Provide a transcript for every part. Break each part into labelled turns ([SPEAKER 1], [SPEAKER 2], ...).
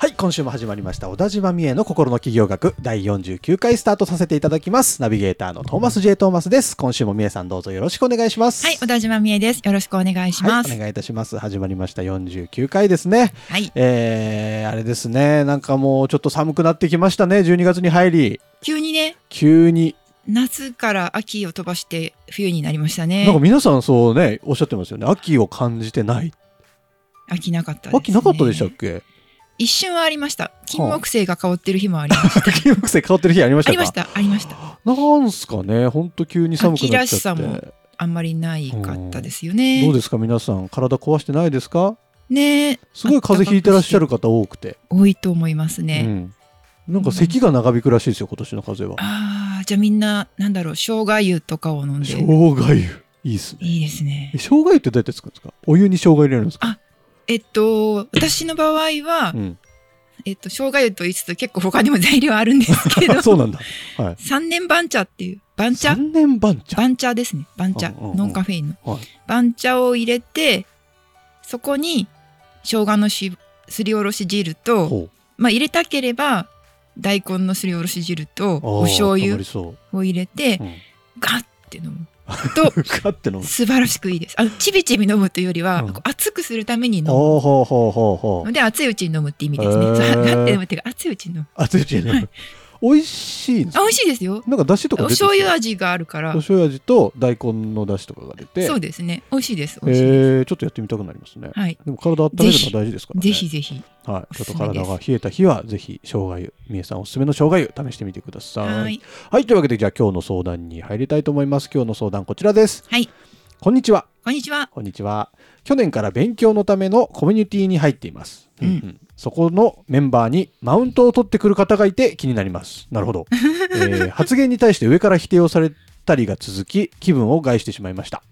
[SPEAKER 1] はい、今週も始まりました、小田島美恵の心の企業学第49回スタートさせていただきます。ナビゲーターのトーマス J. トーマスです。今週も美恵さんどうぞよろしくお願いします。
[SPEAKER 2] はい、小田島美恵です。よろしくお願いします。
[SPEAKER 1] はい、お
[SPEAKER 2] はい、
[SPEAKER 1] 願いいたします。始まりました、49回ですね。えー、あれですね、なんかもうちょっと寒くなってきましたね、12月に入り。
[SPEAKER 2] 急にね、
[SPEAKER 1] 急に。
[SPEAKER 2] 夏から秋を飛ばして冬になりました
[SPEAKER 1] なんか
[SPEAKER 2] ね。
[SPEAKER 1] 皆さんそうね、おっしゃってますよね。秋を感じてない。
[SPEAKER 2] 秋なかったです、ね。
[SPEAKER 1] 秋なかったでしたっけ
[SPEAKER 2] 一瞬はありました。金木犀が香ってる日もありました。
[SPEAKER 1] 金木犀香ってる 日ありまし
[SPEAKER 2] あ
[SPEAKER 1] た
[SPEAKER 2] り
[SPEAKER 1] か
[SPEAKER 2] ました、ありました。
[SPEAKER 1] なんすかね、ほんと急に寒くなっちゃって。
[SPEAKER 2] 秋らしさもあんまりないかったですよね。
[SPEAKER 1] どうですか皆さん体壊してないですか
[SPEAKER 2] ねえ
[SPEAKER 1] すごい風邪ひいてらっしゃる方多くて、
[SPEAKER 2] 多いと思いますね。
[SPEAKER 1] うん、なんか咳が長引くらしいですよ今年の風邪は
[SPEAKER 2] ああ、じゃあみんな、なんだろう、生姜湯とかを飲んで。
[SPEAKER 1] 生姜湯いいっすね
[SPEAKER 2] いいですね
[SPEAKER 1] え。生姜湯ってどうやって作るんですかお湯に生姜入れるんですか、
[SPEAKER 2] えっと、私の場合は、
[SPEAKER 1] うん、
[SPEAKER 2] えっと、生姜湯と言いつつ結構他にも材料あるんですけ ど。
[SPEAKER 1] そうなんだはい
[SPEAKER 2] 三年番茶っていう番茶
[SPEAKER 1] 三年番茶
[SPEAKER 2] 番茶ですね番茶
[SPEAKER 1] うんうんうん
[SPEAKER 2] ノンカフェインの、
[SPEAKER 1] はい
[SPEAKER 2] 番茶を入れてそこに生姜のしすりおろし汁と、
[SPEAKER 1] ほう
[SPEAKER 2] まあ、入れたければ大根のすりおろし汁と
[SPEAKER 1] あー
[SPEAKER 2] お醤
[SPEAKER 1] たま
[SPEAKER 2] 油
[SPEAKER 1] りそう、
[SPEAKER 2] を入れて
[SPEAKER 1] うん、
[SPEAKER 2] ガッて飲む
[SPEAKER 1] かっての
[SPEAKER 2] 素晴らしくいいですあのちびちび飲むというよりは、
[SPEAKER 1] うん
[SPEAKER 2] こう熱くするために飲む
[SPEAKER 1] ほうほうほうほうほう
[SPEAKER 2] ので熱いうちに飲むって意味ですね、
[SPEAKER 1] へー
[SPEAKER 2] そうガッて飲むっていうか熱いうちに飲む
[SPEAKER 1] 熱いうちにね、
[SPEAKER 2] はい
[SPEAKER 1] 美味しいんです
[SPEAKER 2] あ
[SPEAKER 1] か
[SPEAKER 2] 美味しいですよ
[SPEAKER 1] なんか出汁と
[SPEAKER 2] お
[SPEAKER 1] か出て
[SPEAKER 2] 醤油
[SPEAKER 1] 味
[SPEAKER 2] 味があるから
[SPEAKER 1] お醤油味と大根の出汁とかが出て
[SPEAKER 2] そうですね美味しいです美味しいです、
[SPEAKER 1] えー、ちょっとやってみたくなりますね、
[SPEAKER 2] はい
[SPEAKER 1] でも体温めるのは大事ですからね
[SPEAKER 2] ぜひぜひ
[SPEAKER 1] はい、ちょっと
[SPEAKER 2] おすすめで
[SPEAKER 1] 体
[SPEAKER 2] す
[SPEAKER 1] が冷えた日は、ぜひ生姜湯、みえさんおすすめの生姜湯、試してみてください。
[SPEAKER 2] はい。
[SPEAKER 1] はいというわけで、じゃあ今日の相談に入りたいと思います。今日の相談、こちらです。
[SPEAKER 2] はい。
[SPEAKER 1] こんにちは。
[SPEAKER 2] こんにちは。
[SPEAKER 1] こんにちは。去年から勉強のためのコミュニティに入っています。
[SPEAKER 2] うん
[SPEAKER 1] そこのメンバーにマウントを取ってくる方がいて気になります。なるほ ど。えー発言に対して上から否定をされたりが続き、気分を害してしまいました。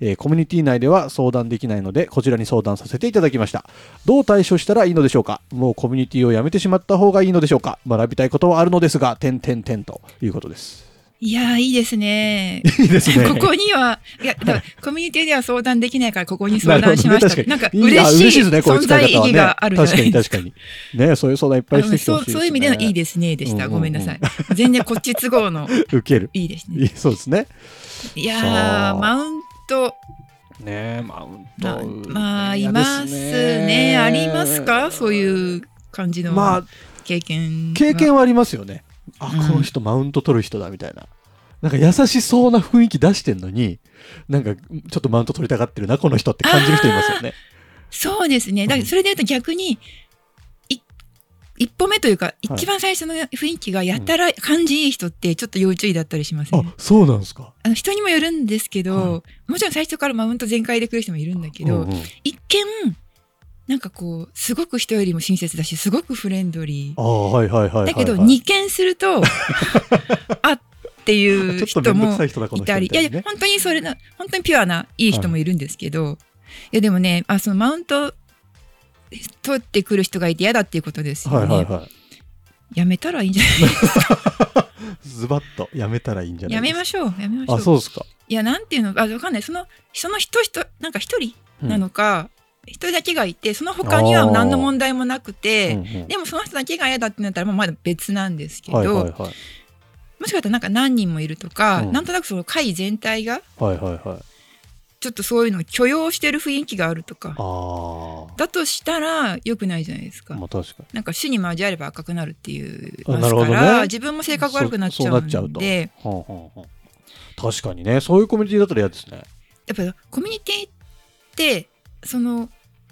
[SPEAKER 1] えーコミュニティ内では相談できないので、こちらに相談させていただきました。どう対処したらいいのでしょうかもうコミュニティをやめてしまった方がいいのでしょうか学びたいことはあるのですが、点点点ということです。
[SPEAKER 2] いやー、いいですね。
[SPEAKER 1] いいですね。
[SPEAKER 2] ここには、いや、だからコミュニティでは相談できないから、ここに相談しましたって。な
[SPEAKER 1] なんる
[SPEAKER 2] か
[SPEAKER 1] ほどね確かに
[SPEAKER 2] 嬉しい
[SPEAKER 1] あですねこういう
[SPEAKER 2] 存
[SPEAKER 1] 使い
[SPEAKER 2] 在意
[SPEAKER 1] 方はね
[SPEAKER 2] 義があるじゃな
[SPEAKER 1] 確かに
[SPEAKER 2] いです
[SPEAKER 1] 確かに。ねそういう相談いっぱいしてきて
[SPEAKER 2] そ
[SPEAKER 1] ほ
[SPEAKER 2] う
[SPEAKER 1] しいですね。
[SPEAKER 2] そういう意味でのいいですねでし
[SPEAKER 1] うん
[SPEAKER 2] た。
[SPEAKER 1] うんうん
[SPEAKER 2] ごめんなさい。全然こっち都合の
[SPEAKER 1] 受ける。
[SPEAKER 2] いいです
[SPEAKER 1] い
[SPEAKER 2] ね。
[SPEAKER 1] いそうですね。
[SPEAKER 2] いや
[SPEAKER 1] そ
[SPEAKER 2] ー、
[SPEAKER 1] う
[SPEAKER 2] マウント、
[SPEAKER 1] ねマウン
[SPEAKER 2] まあ
[SPEAKER 1] ト。
[SPEAKER 2] まあ、いますね。ありますかそういう感じの
[SPEAKER 1] まあ
[SPEAKER 2] 経験は。
[SPEAKER 1] 経験はありますよね。あ、
[SPEAKER 2] うん
[SPEAKER 1] この人マウント取る人だみたいな。なんか優しそうな雰囲気出してんのに、なんかちょっとマウント取りたがってるな、この人って感じる人いますよね。
[SPEAKER 2] そうですね。だか
[SPEAKER 1] うん
[SPEAKER 2] らそれで言うと逆に、い一歩目というか、一番最初の雰囲気がやたら感じいい人ってちょっと要注意だったりしますね。
[SPEAKER 1] あ、そうなんですか。
[SPEAKER 2] あの人にもよるんですけど、
[SPEAKER 1] は
[SPEAKER 2] もちろん最初からマウント全開で来る人もいるんだけど、
[SPEAKER 1] うんうん
[SPEAKER 2] 一見、なんかこう、すごく人よりも親切だし、すごくフレンドリ
[SPEAKER 1] あ
[SPEAKER 2] ー。
[SPEAKER 1] はいはいはいはいはい。
[SPEAKER 2] だけど、二見す ると、あっていう
[SPEAKER 1] ちょっ
[SPEAKER 2] 人
[SPEAKER 1] とめんどく
[SPEAKER 2] も
[SPEAKER 1] さい人だ、こ
[SPEAKER 2] い
[SPEAKER 1] の人
[SPEAKER 2] たり、
[SPEAKER 1] み
[SPEAKER 2] い
[SPEAKER 1] た
[SPEAKER 2] や
[SPEAKER 1] い
[SPEAKER 2] い
[SPEAKER 1] なね
[SPEAKER 2] や、本当にそれな、本当にピュアないい人もいるんですけど、い、や、でもね、あ、そのマウント取ってくる人がいて嫌だっていうことですよね。
[SPEAKER 1] はいはいはい。
[SPEAKER 2] やめたらいいんじゃない
[SPEAKER 1] ズバッとやめたらいいんじゃない
[SPEAKER 2] や
[SPEAKER 1] です
[SPEAKER 2] め
[SPEAKER 1] か
[SPEAKER 2] ましょう、やめましょう。
[SPEAKER 1] あ、そうですか。
[SPEAKER 2] いや、なんていうの、あ、わかんない。その、その人人、なんか一人
[SPEAKER 1] うん
[SPEAKER 2] なのか、一、人だけがいて、その他には何の問題もなく
[SPEAKER 1] う
[SPEAKER 2] て、
[SPEAKER 1] んうん
[SPEAKER 2] でもその人だけが嫌だってなったら、もうまだ別なんですけど、
[SPEAKER 1] はいはいはい。
[SPEAKER 2] もしかしたらなんか何人もいるとか、
[SPEAKER 1] うん
[SPEAKER 2] なんとなくその会全体が、
[SPEAKER 1] はいはいはい。
[SPEAKER 2] ちょっとそういうのを許容してる雰囲気があるとか、
[SPEAKER 1] あ
[SPEAKER 2] だとしたら良くないじゃないです
[SPEAKER 1] あ。
[SPEAKER 2] か。
[SPEAKER 1] まあ確か
[SPEAKER 2] なんか死に交われば赤くなるっていう
[SPEAKER 1] あ
[SPEAKER 2] ま
[SPEAKER 1] な
[SPEAKER 2] す
[SPEAKER 1] るほ
[SPEAKER 2] か
[SPEAKER 1] どね
[SPEAKER 2] ら、自分も性格悪くなっちゃ
[SPEAKER 1] そ
[SPEAKER 2] う
[SPEAKER 1] そうなっ
[SPEAKER 2] ん
[SPEAKER 1] ちゃ
[SPEAKER 2] で
[SPEAKER 1] に。はんはんはん確かにね、そういうコミュニティだったら嫌ですね。
[SPEAKER 2] やっぱコミュニティってその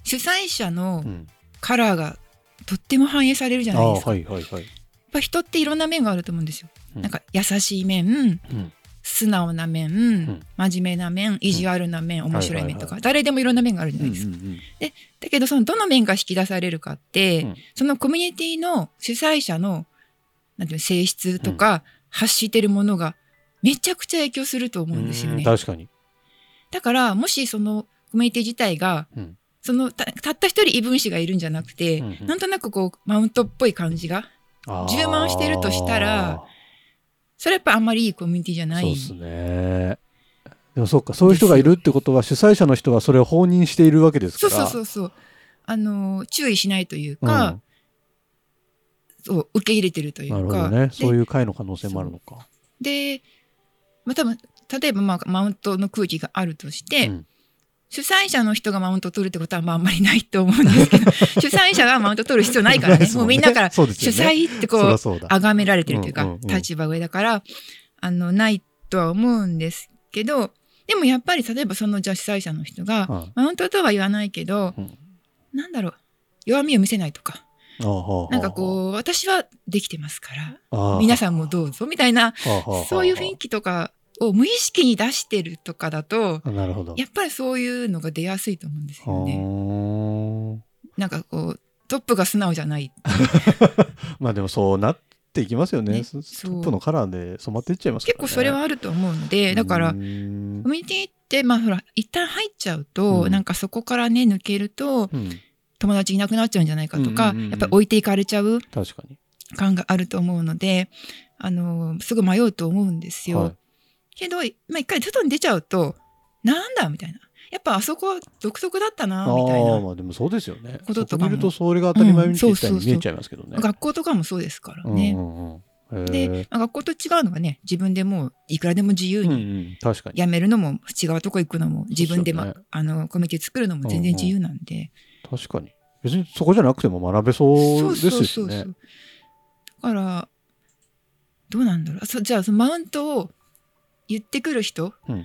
[SPEAKER 2] 主催者の
[SPEAKER 1] うん。
[SPEAKER 2] カラーがとっても反映されるじゃ
[SPEAKER 1] あ
[SPEAKER 2] ない
[SPEAKER 1] あ、
[SPEAKER 2] ですか。
[SPEAKER 1] はいはいはい。
[SPEAKER 2] やっぱ人っていろんな面があると思うんですよ。
[SPEAKER 1] うん
[SPEAKER 2] なんか優しい面
[SPEAKER 1] うん
[SPEAKER 2] 素直な面、
[SPEAKER 1] ん
[SPEAKER 2] 真面目な面意地悪な面、面白い面とか、
[SPEAKER 1] は
[SPEAKER 2] 誰でもいろんな面があるじゃ
[SPEAKER 1] うん
[SPEAKER 2] な
[SPEAKER 1] う
[SPEAKER 2] い
[SPEAKER 1] ん
[SPEAKER 2] ですか。
[SPEAKER 1] うん
[SPEAKER 2] だけどそのどの面が引き出されるかって、
[SPEAKER 1] うん
[SPEAKER 2] そのコミュニティの主催者のなんていうの性質とか、発してるものがめちゃくちゃ影響すると思うんですよ
[SPEAKER 1] うん
[SPEAKER 2] ね。
[SPEAKER 1] 確かに。
[SPEAKER 2] だからもしそのコミュニティ自体が、
[SPEAKER 1] うん
[SPEAKER 2] そのたたった一人異分子がいるんじゃなくて、
[SPEAKER 1] うんうん
[SPEAKER 2] なんとなくこうマウントっぽい感じが
[SPEAKER 1] あー
[SPEAKER 2] 充満してるとしたら、それはやっぱあんまりいいコミュニティじゃな
[SPEAKER 1] そう
[SPEAKER 2] い
[SPEAKER 1] ですね。でもそうか、そういう人がいるってことは、主催者の人はそれを放任しているわけです
[SPEAKER 2] そ
[SPEAKER 1] か
[SPEAKER 2] う
[SPEAKER 1] ら。
[SPEAKER 2] そうそうそうあの注意しないというか、そう受け入れてるとい
[SPEAKER 1] うんなる
[SPEAKER 2] う
[SPEAKER 1] ほど
[SPEAKER 2] か
[SPEAKER 1] ね。
[SPEAKER 2] で
[SPEAKER 1] そういう会の可能性もあるのか。
[SPEAKER 2] で、まあ、多分例えば、まあ、マウントの空気があるとして、
[SPEAKER 1] うん
[SPEAKER 2] 主催者の人がマウントを取るってことは、まあ、あんまりないと思うんで すけど主催者がマウントを取る必要ないからね
[SPEAKER 1] です
[SPEAKER 2] も
[SPEAKER 1] ん
[SPEAKER 2] うみんなか ら
[SPEAKER 1] そうです
[SPEAKER 2] 主
[SPEAKER 1] よね
[SPEAKER 2] 催ってこ
[SPEAKER 1] そり
[SPEAKER 2] う
[SPEAKER 1] ゃそうだ。
[SPEAKER 2] 崇められてるというか、
[SPEAKER 1] うんうんうん
[SPEAKER 2] 立場上だからあのないとは思うんですけどでもやっぱり例えばそのじゃあ主催者の人が、
[SPEAKER 1] うん
[SPEAKER 2] マウントとは言わないけど、
[SPEAKER 1] うん
[SPEAKER 2] なんだろう弱みを見せないとか
[SPEAKER 1] あーはーはー
[SPEAKER 2] なんかこう私はできてますから
[SPEAKER 1] あー
[SPEAKER 2] 皆さんもどうぞみたい
[SPEAKER 1] は
[SPEAKER 2] な
[SPEAKER 1] ーはーはー
[SPEAKER 2] そういう雰囲気とかを無意識に出してるとかだと
[SPEAKER 1] あなるほど。
[SPEAKER 2] やっぱりそういうのが出やすいと思うんですよね。
[SPEAKER 1] は
[SPEAKER 2] なんかこうトップが素直じゃない
[SPEAKER 1] ーまあでもそうなっていきますよね。
[SPEAKER 2] ね
[SPEAKER 1] スト
[SPEAKER 2] そう
[SPEAKER 1] ップのカラーで染まっていっちゃいますから
[SPEAKER 2] 結
[SPEAKER 1] ね。
[SPEAKER 2] 構それはあると思うのでだか
[SPEAKER 1] う
[SPEAKER 2] ら
[SPEAKER 1] ーん
[SPEAKER 2] コミュニティってまあほら一旦入っちゃうと、
[SPEAKER 1] うん
[SPEAKER 2] なんかそこからね抜けると
[SPEAKER 1] うん、
[SPEAKER 2] 友達いなくなっちゃうんじゃないかとか、
[SPEAKER 1] うんうんうんうん
[SPEAKER 2] やっぱり置いていかれちゃう
[SPEAKER 1] 確かに。
[SPEAKER 2] 感があると思うのであのすぐ迷うと思うんですよ。
[SPEAKER 1] はい
[SPEAKER 2] けど、まあ、一回外に出ちゃうとなんだみたいなやっぱあそこは独特だったな
[SPEAKER 1] あ
[SPEAKER 2] みたい
[SPEAKER 1] あー、
[SPEAKER 2] な
[SPEAKER 1] まあでもそうですよね。
[SPEAKER 2] ことと
[SPEAKER 1] そこ
[SPEAKER 2] かも
[SPEAKER 1] 見るとそれが当たり前みたいに見えちゃいますけどね。
[SPEAKER 2] 学校とかもそうですから
[SPEAKER 1] うん
[SPEAKER 2] ね。
[SPEAKER 1] うんうん、
[SPEAKER 2] で、
[SPEAKER 1] へ
[SPEAKER 2] まあ学校と違うのがね自分でもういくらでも自由
[SPEAKER 1] ーうんう
[SPEAKER 2] に
[SPEAKER 1] ん、確かに。
[SPEAKER 2] 辞めるのも違うとこ行くのも自分でも、
[SPEAKER 1] そうですよ
[SPEAKER 2] あのコミュニティ作るのも全然自由なんで。
[SPEAKER 1] 確かに。別にそこじゃなくても学べそうですしね。
[SPEAKER 2] う。だから、どうなんだろう。そじゃあ、そのマウントを言ってくる人
[SPEAKER 1] うん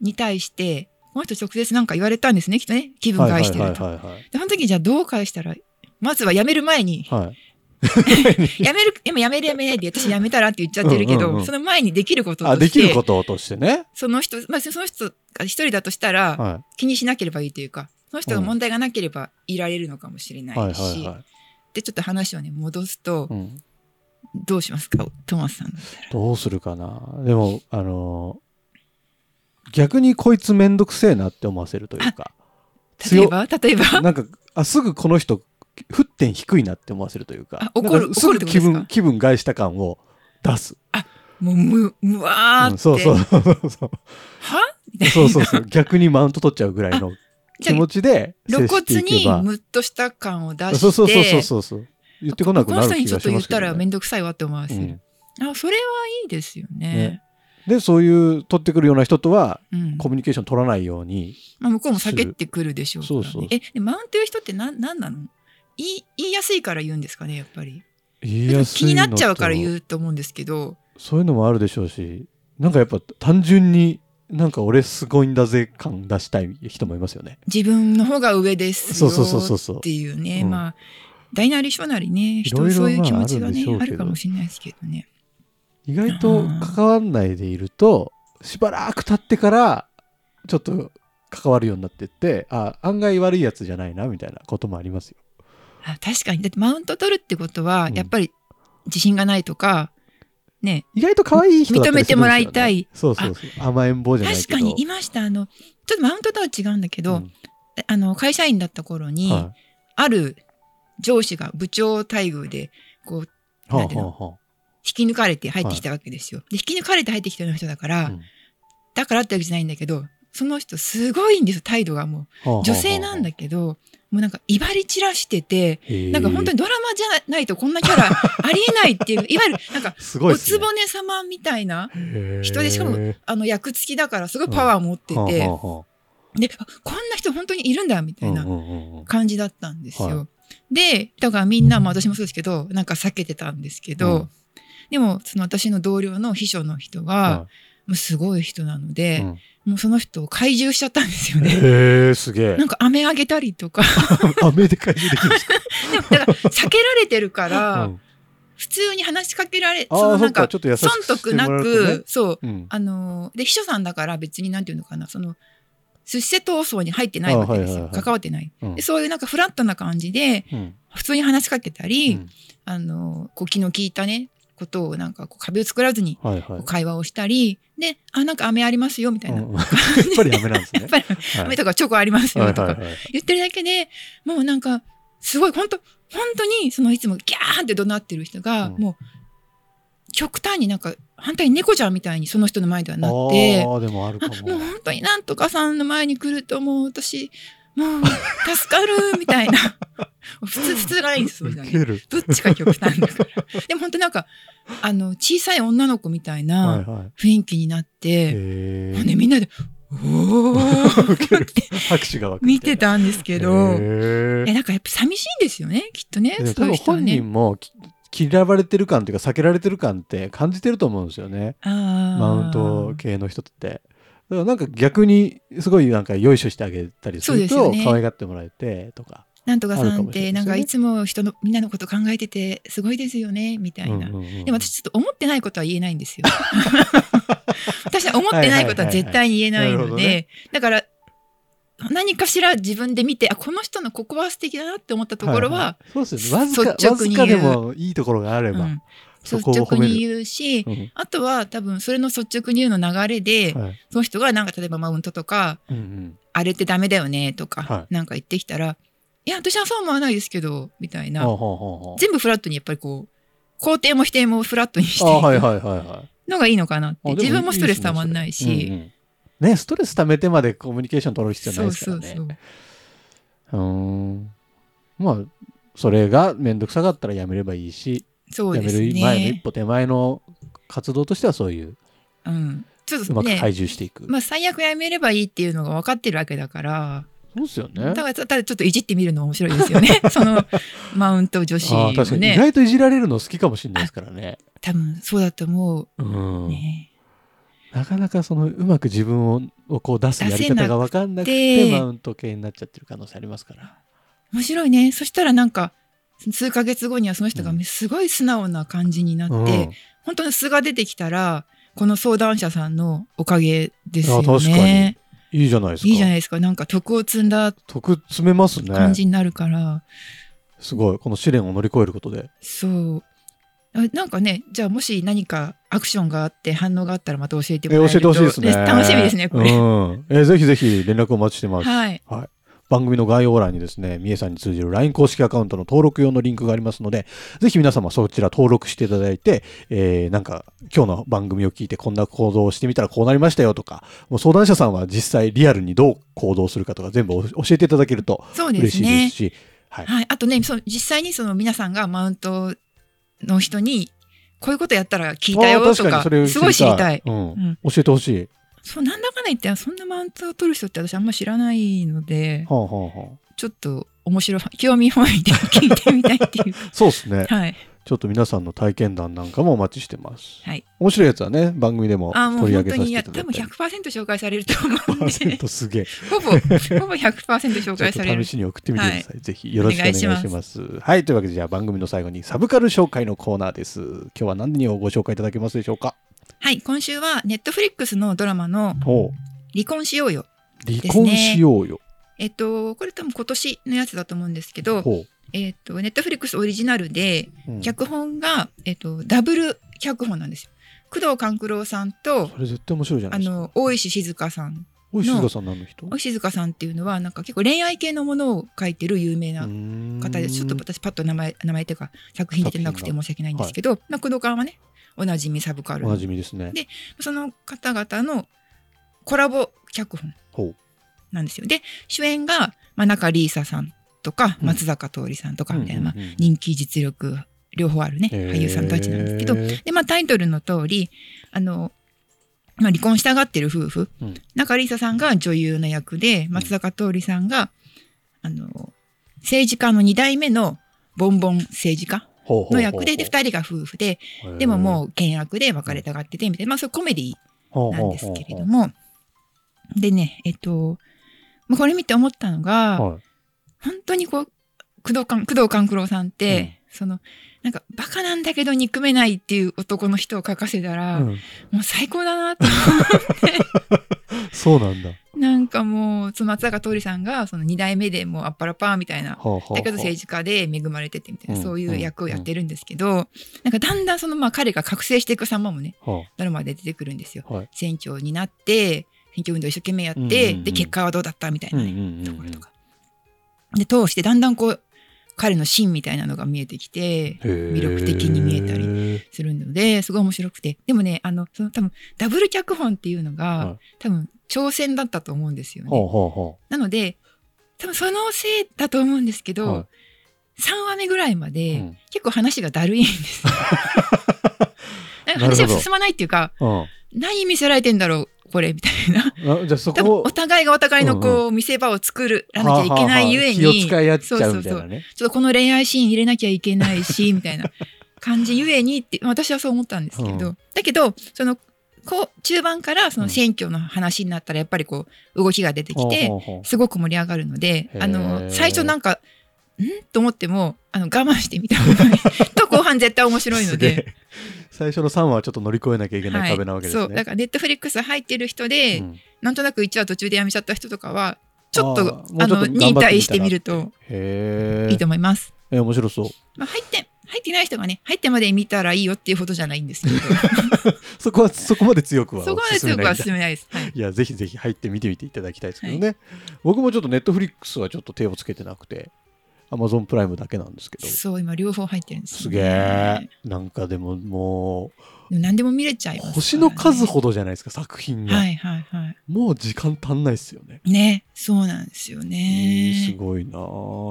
[SPEAKER 2] に対して、この人直接なんか言われたんですね、きっとね。気分返してると。
[SPEAKER 1] はいはいはい
[SPEAKER 2] でその時にじゃあどう返したら、まずは辞める前に、
[SPEAKER 1] はいはい。
[SPEAKER 2] 辞める、でも辞める辞めないで、私辞めたらって言っちゃってるけど、
[SPEAKER 1] うんうんうん
[SPEAKER 2] その前にできることと
[SPEAKER 1] あ、
[SPEAKER 2] して、
[SPEAKER 1] できることとしてね。
[SPEAKER 2] その人、まあ、その人が一人だとしたら、
[SPEAKER 1] は。
[SPEAKER 2] 気にしなければいいというか、その人が問題がなければいられるのかもしれないいし、
[SPEAKER 1] はいはいはい。
[SPEAKER 2] で、ちょっと話をね、戻すと、
[SPEAKER 1] うん
[SPEAKER 2] どうしますかトマスさんだったら。
[SPEAKER 1] どうするかな。でも、あのー、逆にこいつめんどくせえなって思わせるというか。
[SPEAKER 2] 例え
[SPEAKER 1] 強
[SPEAKER 2] ば例えば
[SPEAKER 1] なんか、あ、すぐこの人、沸点低いなって思わせるというか
[SPEAKER 2] あ。怒る
[SPEAKER 1] なんかすぐ
[SPEAKER 2] 怒るってこと
[SPEAKER 1] 気
[SPEAKER 2] ですか
[SPEAKER 1] 分、気分害した感を出す。
[SPEAKER 2] もうむ、むわーって。
[SPEAKER 1] うんそうそうそう そう。
[SPEAKER 2] はみたいな。
[SPEAKER 1] そうそうそう。逆にマウント取っちゃうぐらいの
[SPEAKER 2] じ
[SPEAKER 1] 気
[SPEAKER 2] ゃ
[SPEAKER 1] 持
[SPEAKER 2] あ
[SPEAKER 1] ちで接
[SPEAKER 2] 露
[SPEAKER 1] して
[SPEAKER 2] 骨
[SPEAKER 1] いけ
[SPEAKER 2] に
[SPEAKER 1] ば。
[SPEAKER 2] ムッとした感を出して、
[SPEAKER 1] そうそうそうそうそうそう。言ってこなく
[SPEAKER 2] こ
[SPEAKER 1] な
[SPEAKER 2] の
[SPEAKER 1] る
[SPEAKER 2] 人に
[SPEAKER 1] 気
[SPEAKER 2] ちょ
[SPEAKER 1] が
[SPEAKER 2] っ
[SPEAKER 1] し
[SPEAKER 2] と言
[SPEAKER 1] ま
[SPEAKER 2] っ
[SPEAKER 1] すけど、
[SPEAKER 2] たら
[SPEAKER 1] ね
[SPEAKER 2] 面。倒くさいわって思わせる。
[SPEAKER 1] うん
[SPEAKER 2] あ、それはいいですよね。
[SPEAKER 1] で、そういう、取ってくるような人とは、
[SPEAKER 2] うん。
[SPEAKER 1] コミュニケーション取らないように、
[SPEAKER 2] まあ、向こうも避けてくるでしょうから、ね。
[SPEAKER 1] そうそう
[SPEAKER 2] え、でマウントいう人ってなん、なんなの言い、言いやすいから言うんですかね、やっぱり。
[SPEAKER 1] 言いやすい
[SPEAKER 2] 気になっちゃうから
[SPEAKER 1] う。
[SPEAKER 2] 言うと思うんですけど、
[SPEAKER 1] そういうのもあるでしょうし、なんかやっぱ単純に、なんか俺すごいんだぜ感出したい人もいますよね。
[SPEAKER 2] 自分の方が上です
[SPEAKER 1] そ
[SPEAKER 2] よ
[SPEAKER 1] うそうそうそうそう
[SPEAKER 2] っていうね、
[SPEAKER 1] うん
[SPEAKER 2] まあ大なり小なりね人
[SPEAKER 1] いろいろ
[SPEAKER 2] そういう気
[SPEAKER 1] まあ
[SPEAKER 2] 持ちがね
[SPEAKER 1] あるんでしょうけど
[SPEAKER 2] あるかもしれないですけどね
[SPEAKER 1] 意外と関わんないでいると、しばらく経ってから、ちょっと関わるようになってって、あ、案外悪いやつじゃないな、みたいなこともありますよ。
[SPEAKER 2] あ確かにだってマウント取るってことは、
[SPEAKER 1] うん
[SPEAKER 2] やっぱり自信がないとかね
[SPEAKER 1] 意外と可愛い人だったりするんですよ、ね、
[SPEAKER 2] 認めてもらいたい
[SPEAKER 1] そうそうそう甘えん坊じゃない
[SPEAKER 2] 確
[SPEAKER 1] けど
[SPEAKER 2] かにいましたあのちょっとマウントとは違うんだけ
[SPEAKER 1] う
[SPEAKER 2] ど、
[SPEAKER 1] ん
[SPEAKER 2] あの会社員だった頃に、
[SPEAKER 1] は
[SPEAKER 2] ある上司が部長待遇でこう
[SPEAKER 1] いは
[SPEAKER 2] な
[SPEAKER 1] あ
[SPEAKER 2] んていうの
[SPEAKER 1] はあは
[SPEAKER 2] 引き抜かれて入ってきたわけですよ、で引き抜かれて入ってきたような人だから、
[SPEAKER 1] うん
[SPEAKER 2] だからってわけじゃないんだけどその人すごいんですよ態度がも
[SPEAKER 1] あ
[SPEAKER 2] う
[SPEAKER 1] はあはあ
[SPEAKER 2] 女性なんだけど、もうなんか威張り散らしてて、
[SPEAKER 1] へえ
[SPEAKER 2] なんか本当にドラマじゃないとこんなキャラありえないっ ていう、いわゆるなんか、
[SPEAKER 1] すごい
[SPEAKER 2] お
[SPEAKER 1] っす
[SPEAKER 2] つ
[SPEAKER 1] ね
[SPEAKER 2] ぼね様みたいな、
[SPEAKER 1] へえ
[SPEAKER 2] 人でしかも
[SPEAKER 1] は
[SPEAKER 2] あの、役付きだからすごいパワー持って
[SPEAKER 1] あはあ
[SPEAKER 2] て、
[SPEAKER 1] は
[SPEAKER 2] で、あこんな人本当にいるんだみ
[SPEAKER 1] あ
[SPEAKER 2] たいな
[SPEAKER 1] うんうんうんうん
[SPEAKER 2] 感じだったんです
[SPEAKER 1] は
[SPEAKER 2] よ。で、だからみんな、まあ私もそうですけど、なんか避けてたんですけ
[SPEAKER 1] う
[SPEAKER 2] ど
[SPEAKER 1] ん、
[SPEAKER 2] でも、その私の同僚の秘書の人が
[SPEAKER 1] は、
[SPEAKER 2] もうすごい人なの
[SPEAKER 1] い
[SPEAKER 2] で
[SPEAKER 1] う、ん
[SPEAKER 2] もうその人を怪獣しちゃったんですよ ね。
[SPEAKER 1] へえすげえ
[SPEAKER 2] なんか飴あげたりとか、
[SPEAKER 1] アメリカにできるん ですか
[SPEAKER 2] でもだから避けられてるから、
[SPEAKER 1] うん
[SPEAKER 2] 普通に話しかけられ、
[SPEAKER 1] あ
[SPEAKER 2] の
[SPEAKER 1] あ
[SPEAKER 2] な
[SPEAKER 1] そ
[SPEAKER 2] ん
[SPEAKER 1] っ
[SPEAKER 2] か
[SPEAKER 1] かちょっと優し
[SPEAKER 2] 損
[SPEAKER 1] くして
[SPEAKER 2] 得
[SPEAKER 1] もら
[SPEAKER 2] な
[SPEAKER 1] うと
[SPEAKER 2] く、
[SPEAKER 1] ね
[SPEAKER 2] そう、
[SPEAKER 1] うん
[SPEAKER 2] あのー、で、秘書さんだから別になんていうのかな、その、出世闘争に入ってないわけで
[SPEAKER 1] あ
[SPEAKER 2] すよ。
[SPEAKER 1] はいはいはい
[SPEAKER 2] 関わってない、
[SPEAKER 1] うん
[SPEAKER 2] で。そういうなんかフラットな感じで、
[SPEAKER 1] うん
[SPEAKER 2] 普通に話しかけたり、
[SPEAKER 1] うん
[SPEAKER 2] あのー、こう気の利いたね、ことをなんかこう壁を作らずに
[SPEAKER 1] はい
[SPEAKER 2] こ
[SPEAKER 1] は
[SPEAKER 2] う
[SPEAKER 1] い。
[SPEAKER 2] 会話をしたり、で、あ、なんか飴ありますよみたいな。
[SPEAKER 1] うん やっぱりダメなんです
[SPEAKER 2] や
[SPEAKER 1] ね
[SPEAKER 2] っ。ぱり
[SPEAKER 1] はい
[SPEAKER 2] 飴とかチョコありますよとか、
[SPEAKER 1] はいはいはい
[SPEAKER 2] 言ってるだけでもうなんかすごい本当本当にそのいつもギャーンって怒鳴ってる人が、
[SPEAKER 1] うん
[SPEAKER 2] もう極端になんか反対に猫ちゃんみたいにその人の前ではなって
[SPEAKER 1] ああ、でもある
[SPEAKER 2] あ
[SPEAKER 1] かも。
[SPEAKER 2] もう本当になんとかさんの前に来るともう私もう助かる みたいな普通普通がいいんですそういうのは
[SPEAKER 1] ウ
[SPEAKER 2] ね
[SPEAKER 1] ケる。
[SPEAKER 2] どっちか極端 だからでも本当なんかあの小さい女の子みたい
[SPEAKER 1] はい
[SPEAKER 2] な
[SPEAKER 1] はい。
[SPEAKER 2] 雰囲気になって、
[SPEAKER 1] へ
[SPEAKER 2] もう
[SPEAKER 1] え。
[SPEAKER 2] ねみんなで「お ー」
[SPEAKER 1] ウケる。拍手が湧くみ
[SPEAKER 2] 見
[SPEAKER 1] たい
[SPEAKER 2] て
[SPEAKER 1] な。
[SPEAKER 2] たんですけど。
[SPEAKER 1] へ
[SPEAKER 2] え、
[SPEAKER 1] え。
[SPEAKER 2] なんかやっぱ寂しいんですよね、きっとね。
[SPEAKER 1] でも
[SPEAKER 2] そ
[SPEAKER 1] 多
[SPEAKER 2] ういう
[SPEAKER 1] 分
[SPEAKER 2] 人は
[SPEAKER 1] 本
[SPEAKER 2] ね。
[SPEAKER 1] 人もき嫌われてる感というか避けられてる感って感じてると思うんですよね。マ
[SPEAKER 2] マ
[SPEAKER 1] ウント系の人って。だからなんか逆にすごいなんかよいしょしてあげたりす
[SPEAKER 2] そうで
[SPEAKER 1] る
[SPEAKER 2] すよ
[SPEAKER 1] と
[SPEAKER 2] ね
[SPEAKER 1] 可愛がってもらえてとか。
[SPEAKER 2] なんとか
[SPEAKER 1] ある
[SPEAKER 2] さ
[SPEAKER 1] か
[SPEAKER 2] んっ
[SPEAKER 1] もしれないですよね
[SPEAKER 2] て、なんかいつも人の、みんなのこと考えてて、すごいですよね、みたいな。
[SPEAKER 1] うんうんうん
[SPEAKER 2] でも私ちょっと思ってないことは言えない んですよ。私は思ってないことは絶対に言えな
[SPEAKER 1] は
[SPEAKER 2] い
[SPEAKER 1] い
[SPEAKER 2] の
[SPEAKER 1] はいはいはいな
[SPEAKER 2] で、だから、何かしら自分で見て、あ、この人のここは素敵だなって思ったところは、
[SPEAKER 1] そうですよね。わず
[SPEAKER 2] 率
[SPEAKER 1] か、わ
[SPEAKER 2] 直
[SPEAKER 1] ず
[SPEAKER 2] に
[SPEAKER 1] か
[SPEAKER 2] 言う
[SPEAKER 1] でもいいところがあれば、
[SPEAKER 2] うん
[SPEAKER 1] そ
[SPEAKER 2] 率
[SPEAKER 1] こを褒
[SPEAKER 2] 直
[SPEAKER 1] め
[SPEAKER 2] に
[SPEAKER 1] る。
[SPEAKER 2] 言うし、
[SPEAKER 1] うん
[SPEAKER 2] あとは多分それの率直に言うの流れで、
[SPEAKER 1] はい
[SPEAKER 2] その人がなんか例えばマウントとか、
[SPEAKER 1] うんうん
[SPEAKER 2] あれってダメだよねとか、
[SPEAKER 1] は
[SPEAKER 2] なんか言ってきたら、いや、私はそう思わないですけど、みた
[SPEAKER 1] ほう
[SPEAKER 2] いな。
[SPEAKER 1] ほうほうほう
[SPEAKER 2] 全部フラットにやっぱりこう、肯定も否定もフラットにして
[SPEAKER 1] あはい
[SPEAKER 2] い
[SPEAKER 1] はいはいはい。
[SPEAKER 2] くのがいいのかなって。
[SPEAKER 1] あでも
[SPEAKER 2] 自分もストレスたまんないし。
[SPEAKER 1] うんうんね、ストレス溜めてまでコミュニケーション取る必要ない
[SPEAKER 2] そう
[SPEAKER 1] ですか
[SPEAKER 2] そ
[SPEAKER 1] ら
[SPEAKER 2] う
[SPEAKER 1] ね。
[SPEAKER 2] そう。
[SPEAKER 1] うーんまあ、それがめんどくさかったらやめればいいし、
[SPEAKER 2] そう
[SPEAKER 1] や
[SPEAKER 2] で
[SPEAKER 1] め
[SPEAKER 2] す
[SPEAKER 1] る前の一
[SPEAKER 2] ね。
[SPEAKER 1] 歩手前の活動としてはそういう、
[SPEAKER 2] うん。ちょっ
[SPEAKER 1] う
[SPEAKER 2] と
[SPEAKER 1] まく
[SPEAKER 2] ね、
[SPEAKER 1] 懐柔していく。
[SPEAKER 2] まあ最悪やめればいいっていうのが分かってるわけだから、
[SPEAKER 1] そうですよね
[SPEAKER 2] だ。からただちょっといじってみるの面白いです よね。そのマウント女子
[SPEAKER 1] あー確か
[SPEAKER 2] を
[SPEAKER 1] に意
[SPEAKER 2] ね。
[SPEAKER 1] 外といじられるの好きかもしれないですからね。
[SPEAKER 2] 多分そうだと思
[SPEAKER 1] うん
[SPEAKER 2] う。ね。
[SPEAKER 1] なかなかそのうまく自分ををこう出すやり方が分かんなく
[SPEAKER 2] 出
[SPEAKER 1] て
[SPEAKER 2] せなくて
[SPEAKER 1] マウント系になっちゃってる可能性ありますから。
[SPEAKER 2] 面白いね。そしたらなんか、数ヶ月後にはその人がすごい素直な感じになって、
[SPEAKER 1] うん
[SPEAKER 2] 本当に素が出てきたら、この相談者さんのおかげですよ
[SPEAKER 1] あ確かに
[SPEAKER 2] ね。
[SPEAKER 1] いいじゃないですか。
[SPEAKER 2] いいじゃないですか。なんか徳を積んだ
[SPEAKER 1] 得詰めますね。
[SPEAKER 2] 感じになるから、
[SPEAKER 1] すごい。この試練を乗り越えることで。
[SPEAKER 2] そう。あなんかね、じゃあもし何かアクションがあって反応があったらまた教えて
[SPEAKER 1] え
[SPEAKER 2] もらえ
[SPEAKER 1] 教え
[SPEAKER 2] ると、
[SPEAKER 1] てほしいですね。
[SPEAKER 2] 楽しみですね、これ。
[SPEAKER 1] うん、えぜひぜひ連絡お待ちしてます。
[SPEAKER 2] はい。
[SPEAKER 1] 番組の概要欄にですね、みえさんに通じる LINE 公式アカウントの登録用のリンクがありますので、ぜひ皆様そちら登録していただいて、えーなんか今日の番組を聞いてこんな行動をしてみたらこうなりましたよとか、もう相談者さんは実際リアルにどう行動するかとか全部お教えていただけると
[SPEAKER 2] そうで
[SPEAKER 1] 嬉
[SPEAKER 2] す
[SPEAKER 1] しいで
[SPEAKER 2] ね
[SPEAKER 1] す。し、はい。
[SPEAKER 2] はい。あとね、その実際にその皆さんがマウントの人に、こういうことやったら聞いた
[SPEAKER 1] あ
[SPEAKER 2] よ
[SPEAKER 1] ー
[SPEAKER 2] とか、
[SPEAKER 1] それ
[SPEAKER 2] すごい知りたい。
[SPEAKER 1] うん
[SPEAKER 2] うん
[SPEAKER 1] 教えてほしい。
[SPEAKER 2] そう、なんだかんだ言って、そんなマウントを取る人って私あんま知らないので、
[SPEAKER 1] はあはあは
[SPEAKER 2] ちょっと面白い、興味本位で聞いてみたいっ ていう。
[SPEAKER 1] あ、そうですね。
[SPEAKER 2] はい。
[SPEAKER 1] ちょっと皆さんの体験談なんかもお待ちしてます。
[SPEAKER 2] はい。
[SPEAKER 1] 面白いやつはね、番組でも
[SPEAKER 2] あーも
[SPEAKER 1] 取
[SPEAKER 2] う
[SPEAKER 1] り上げさせ
[SPEAKER 2] 本当
[SPEAKER 1] て
[SPEAKER 2] に、
[SPEAKER 1] い
[SPEAKER 2] い
[SPEAKER 1] た
[SPEAKER 2] や、
[SPEAKER 1] だい
[SPEAKER 2] 多
[SPEAKER 1] て。
[SPEAKER 2] 分100%紹介されると 思うんで、
[SPEAKER 1] 100%すげえ。
[SPEAKER 2] ほ ぼ、ほぼ100%紹
[SPEAKER 1] ちょっ
[SPEAKER 2] 介
[SPEAKER 1] と
[SPEAKER 2] される
[SPEAKER 1] 試。しに送ってみてください。ぜひよろしくお願いし
[SPEAKER 2] お
[SPEAKER 1] ま
[SPEAKER 2] 願い
[SPEAKER 1] す。
[SPEAKER 2] し
[SPEAKER 1] はい。というわけで、じゃあ番組の最後にサブカル紹介のコーナーです。今日は何にをご紹介いただけますでしょうか
[SPEAKER 2] はい、今週は、ネットフリックスのドラマの、
[SPEAKER 1] おう
[SPEAKER 2] 離婚しようよ。
[SPEAKER 1] 離婚しようよ。
[SPEAKER 2] えっと、これ多分今年のやつだと思うんですけど、
[SPEAKER 1] ほ
[SPEAKER 2] えっと、ネットフリックスオリジナルで、
[SPEAKER 1] う。うん、そ
[SPEAKER 2] 脚本が、えっと、ダブル脚本なんですよ。工藤官九郎さんと、
[SPEAKER 1] れ絶対面白いじゃな
[SPEAKER 2] あ
[SPEAKER 1] いですか
[SPEAKER 2] の。、大石静香さん。
[SPEAKER 1] おい、静香さん何の人
[SPEAKER 2] 大石静香さんっていうのは、なんか結構恋愛系のものを書いてる有名な方
[SPEAKER 1] 方
[SPEAKER 2] です。ちょっと私パッと名前、名前っていうか、作品出てなくて申し訳ないんですけど、まあ、工藤官はね、おなじみサブカル
[SPEAKER 1] お
[SPEAKER 2] の
[SPEAKER 1] なじみですね。
[SPEAKER 2] でその方々のコラボ脚本
[SPEAKER 1] ほう。
[SPEAKER 2] なんですよ。で、主演が、まあ、中里依紗さんとか、
[SPEAKER 1] うん
[SPEAKER 2] 松坂桃李さんとか、みたいな、まあ
[SPEAKER 1] うんうんうん
[SPEAKER 2] 人気実力、両方あるね、俳優さんたちなんですけど、
[SPEAKER 1] へー
[SPEAKER 2] で、まあ、タイトルの通り、あの、まあ、離婚したがってる夫婦、
[SPEAKER 1] うん
[SPEAKER 2] 中里依紗さんが女優の役で、松坂桃李さんが、あの、政治家の2代目のボンボン政治家
[SPEAKER 1] ほうほうほうほう
[SPEAKER 2] の役で、で、2人が夫婦で、でももう険悪で別れたがってて、みたいな、まあ、そういうコメディ
[SPEAKER 1] う
[SPEAKER 2] なんですけれども。でね、えっと、まあこれ見て思ったのが、
[SPEAKER 1] はい
[SPEAKER 2] 本当にこう、工藤官、工藤官九郎さんって、その、なんか、バカなんだけど憎めないっていう男の人を書かせたら、
[SPEAKER 1] うん
[SPEAKER 2] もう最高だなと。
[SPEAKER 1] そうなんだ。
[SPEAKER 2] なんかもうその松坂桃李さんがその2代目でもうあっぱらぱーみたいな
[SPEAKER 1] ほうほうほう
[SPEAKER 2] だけど政治家で恵まれててみたいな、
[SPEAKER 1] うん
[SPEAKER 2] そういう役をやってるんですけど、なんかだんだんそのまあ彼が覚醒していく様もね
[SPEAKER 1] ほ
[SPEAKER 2] ドラマで出てくるんですよ。
[SPEAKER 1] うはい
[SPEAKER 2] 選挙になって選挙運動一生懸命やって、
[SPEAKER 1] うんうんうん
[SPEAKER 2] で結果はどうだったみたいなね、
[SPEAKER 1] うんうんうんうん
[SPEAKER 2] ところとか。で通してだんだんこう彼の芯みたいなのが見えてきて
[SPEAKER 1] 魅
[SPEAKER 2] 魅力的に見えたりするのですごい面白くてでもねあのその多分ダブル脚本っていうのが、
[SPEAKER 1] はい
[SPEAKER 2] 多分挑戦だったと思うんですよ
[SPEAKER 1] ほ
[SPEAKER 2] ね。
[SPEAKER 1] うほうほ
[SPEAKER 2] なので多分そのせいだと思うんですけ
[SPEAKER 1] う
[SPEAKER 2] ど、
[SPEAKER 1] は
[SPEAKER 2] 3話目ぐらいま
[SPEAKER 1] い
[SPEAKER 2] で、
[SPEAKER 1] うん
[SPEAKER 2] 結構話がだるいんで す。なんか話が進まないっていうか
[SPEAKER 1] うん
[SPEAKER 2] 何見せられてんだろうこれみたいな。
[SPEAKER 1] あじゃあそ
[SPEAKER 2] 多分
[SPEAKER 1] こを
[SPEAKER 2] お互いがお互いのこう、見せ場を作らなきゃいけないゆえに
[SPEAKER 1] はあはあはあ気を使い合っちゃうみた
[SPEAKER 2] そ
[SPEAKER 1] いう
[SPEAKER 2] そう
[SPEAKER 1] な
[SPEAKER 2] そう
[SPEAKER 1] ね
[SPEAKER 2] ちょっとこの恋愛シーン入れなきゃいけないしみたいな感じゆえにってまあ私はそう思ったんですけど、
[SPEAKER 1] う
[SPEAKER 2] だけどそのこう中盤からそうの
[SPEAKER 1] ん
[SPEAKER 2] 選挙の話になったらやっぱりこう動きが出てきて、
[SPEAKER 1] ほうほうほう
[SPEAKER 2] すごく盛り上がるので
[SPEAKER 1] へー
[SPEAKER 2] あの最初なんかんと思ってもあの我慢してみた方がいい と後半絶対面白いの
[SPEAKER 1] すげ
[SPEAKER 2] で。
[SPEAKER 1] え最初の3話はちょっと乗り越えなきゃいけない壁なわけですね、
[SPEAKER 2] そうだからネットフリックス入ってる人で、
[SPEAKER 1] うん
[SPEAKER 2] なんとなく1話途中でやめちゃった人とかはちょっ
[SPEAKER 1] あ
[SPEAKER 2] と
[SPEAKER 1] ーも
[SPEAKER 2] あ
[SPEAKER 1] うちょっと
[SPEAKER 2] の
[SPEAKER 1] 頑張ってみたら
[SPEAKER 2] 忍耐してみると
[SPEAKER 1] へ
[SPEAKER 2] いいと思います。
[SPEAKER 1] え面白そう
[SPEAKER 2] まあ、入って、入ってない人がね、入ってまで見たらいいよっていうほどじゃないんですけど、
[SPEAKER 1] そこはそこまで強くは
[SPEAKER 2] そこまで強くは進めないです。はい。
[SPEAKER 1] いやぜひぜひ入って見てみていただきたいですけどね、僕もちょっとネットフリックスはちょっと手をつけてなくてアマゾンプライムだけなんですけど
[SPEAKER 2] そう、今両方入ってるんです、
[SPEAKER 1] すげえ。なんかでもも
[SPEAKER 2] でも何でも見れちゃいうます、
[SPEAKER 1] 星の数
[SPEAKER 2] ど、
[SPEAKER 1] ほどじゃないですか作品が、
[SPEAKER 2] はいはいは
[SPEAKER 1] もう時間足んないですよね、
[SPEAKER 2] い。ね、そうなんですよ
[SPEAKER 1] え
[SPEAKER 2] ね。
[SPEAKER 1] すごいなあ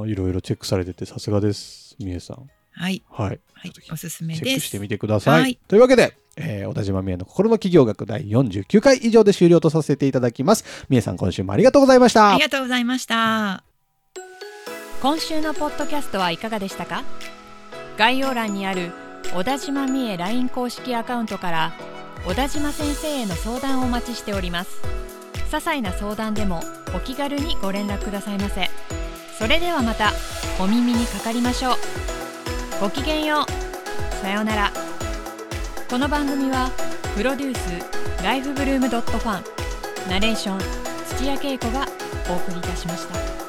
[SPEAKER 1] いろいろチェックされててさすがですみえさん
[SPEAKER 2] はい、
[SPEAKER 1] はい、
[SPEAKER 2] はい
[SPEAKER 1] ちょっ、と
[SPEAKER 2] おすすめ
[SPEAKER 1] チ
[SPEAKER 2] です。
[SPEAKER 1] ェックしてみてください。
[SPEAKER 2] はい
[SPEAKER 1] というわけで、えー、小田島美恵の心の企業学第49回以上で終了とさせていただきます。美恵さん、今週もありがとうございました。
[SPEAKER 2] ありがとうございました。
[SPEAKER 3] 今週のポッドキャストはいかがでしたか概要欄にある小田島美恵 LINE 公式アカウントから小田島先生への相談をお待ちしております些細な相談でもお気軽にご連絡くださいませそれではまたお耳にかかりましょうごきげんようさようならこの番組はプロデュースライフブルームドットファンナレーション土屋恵子がお送りいたしました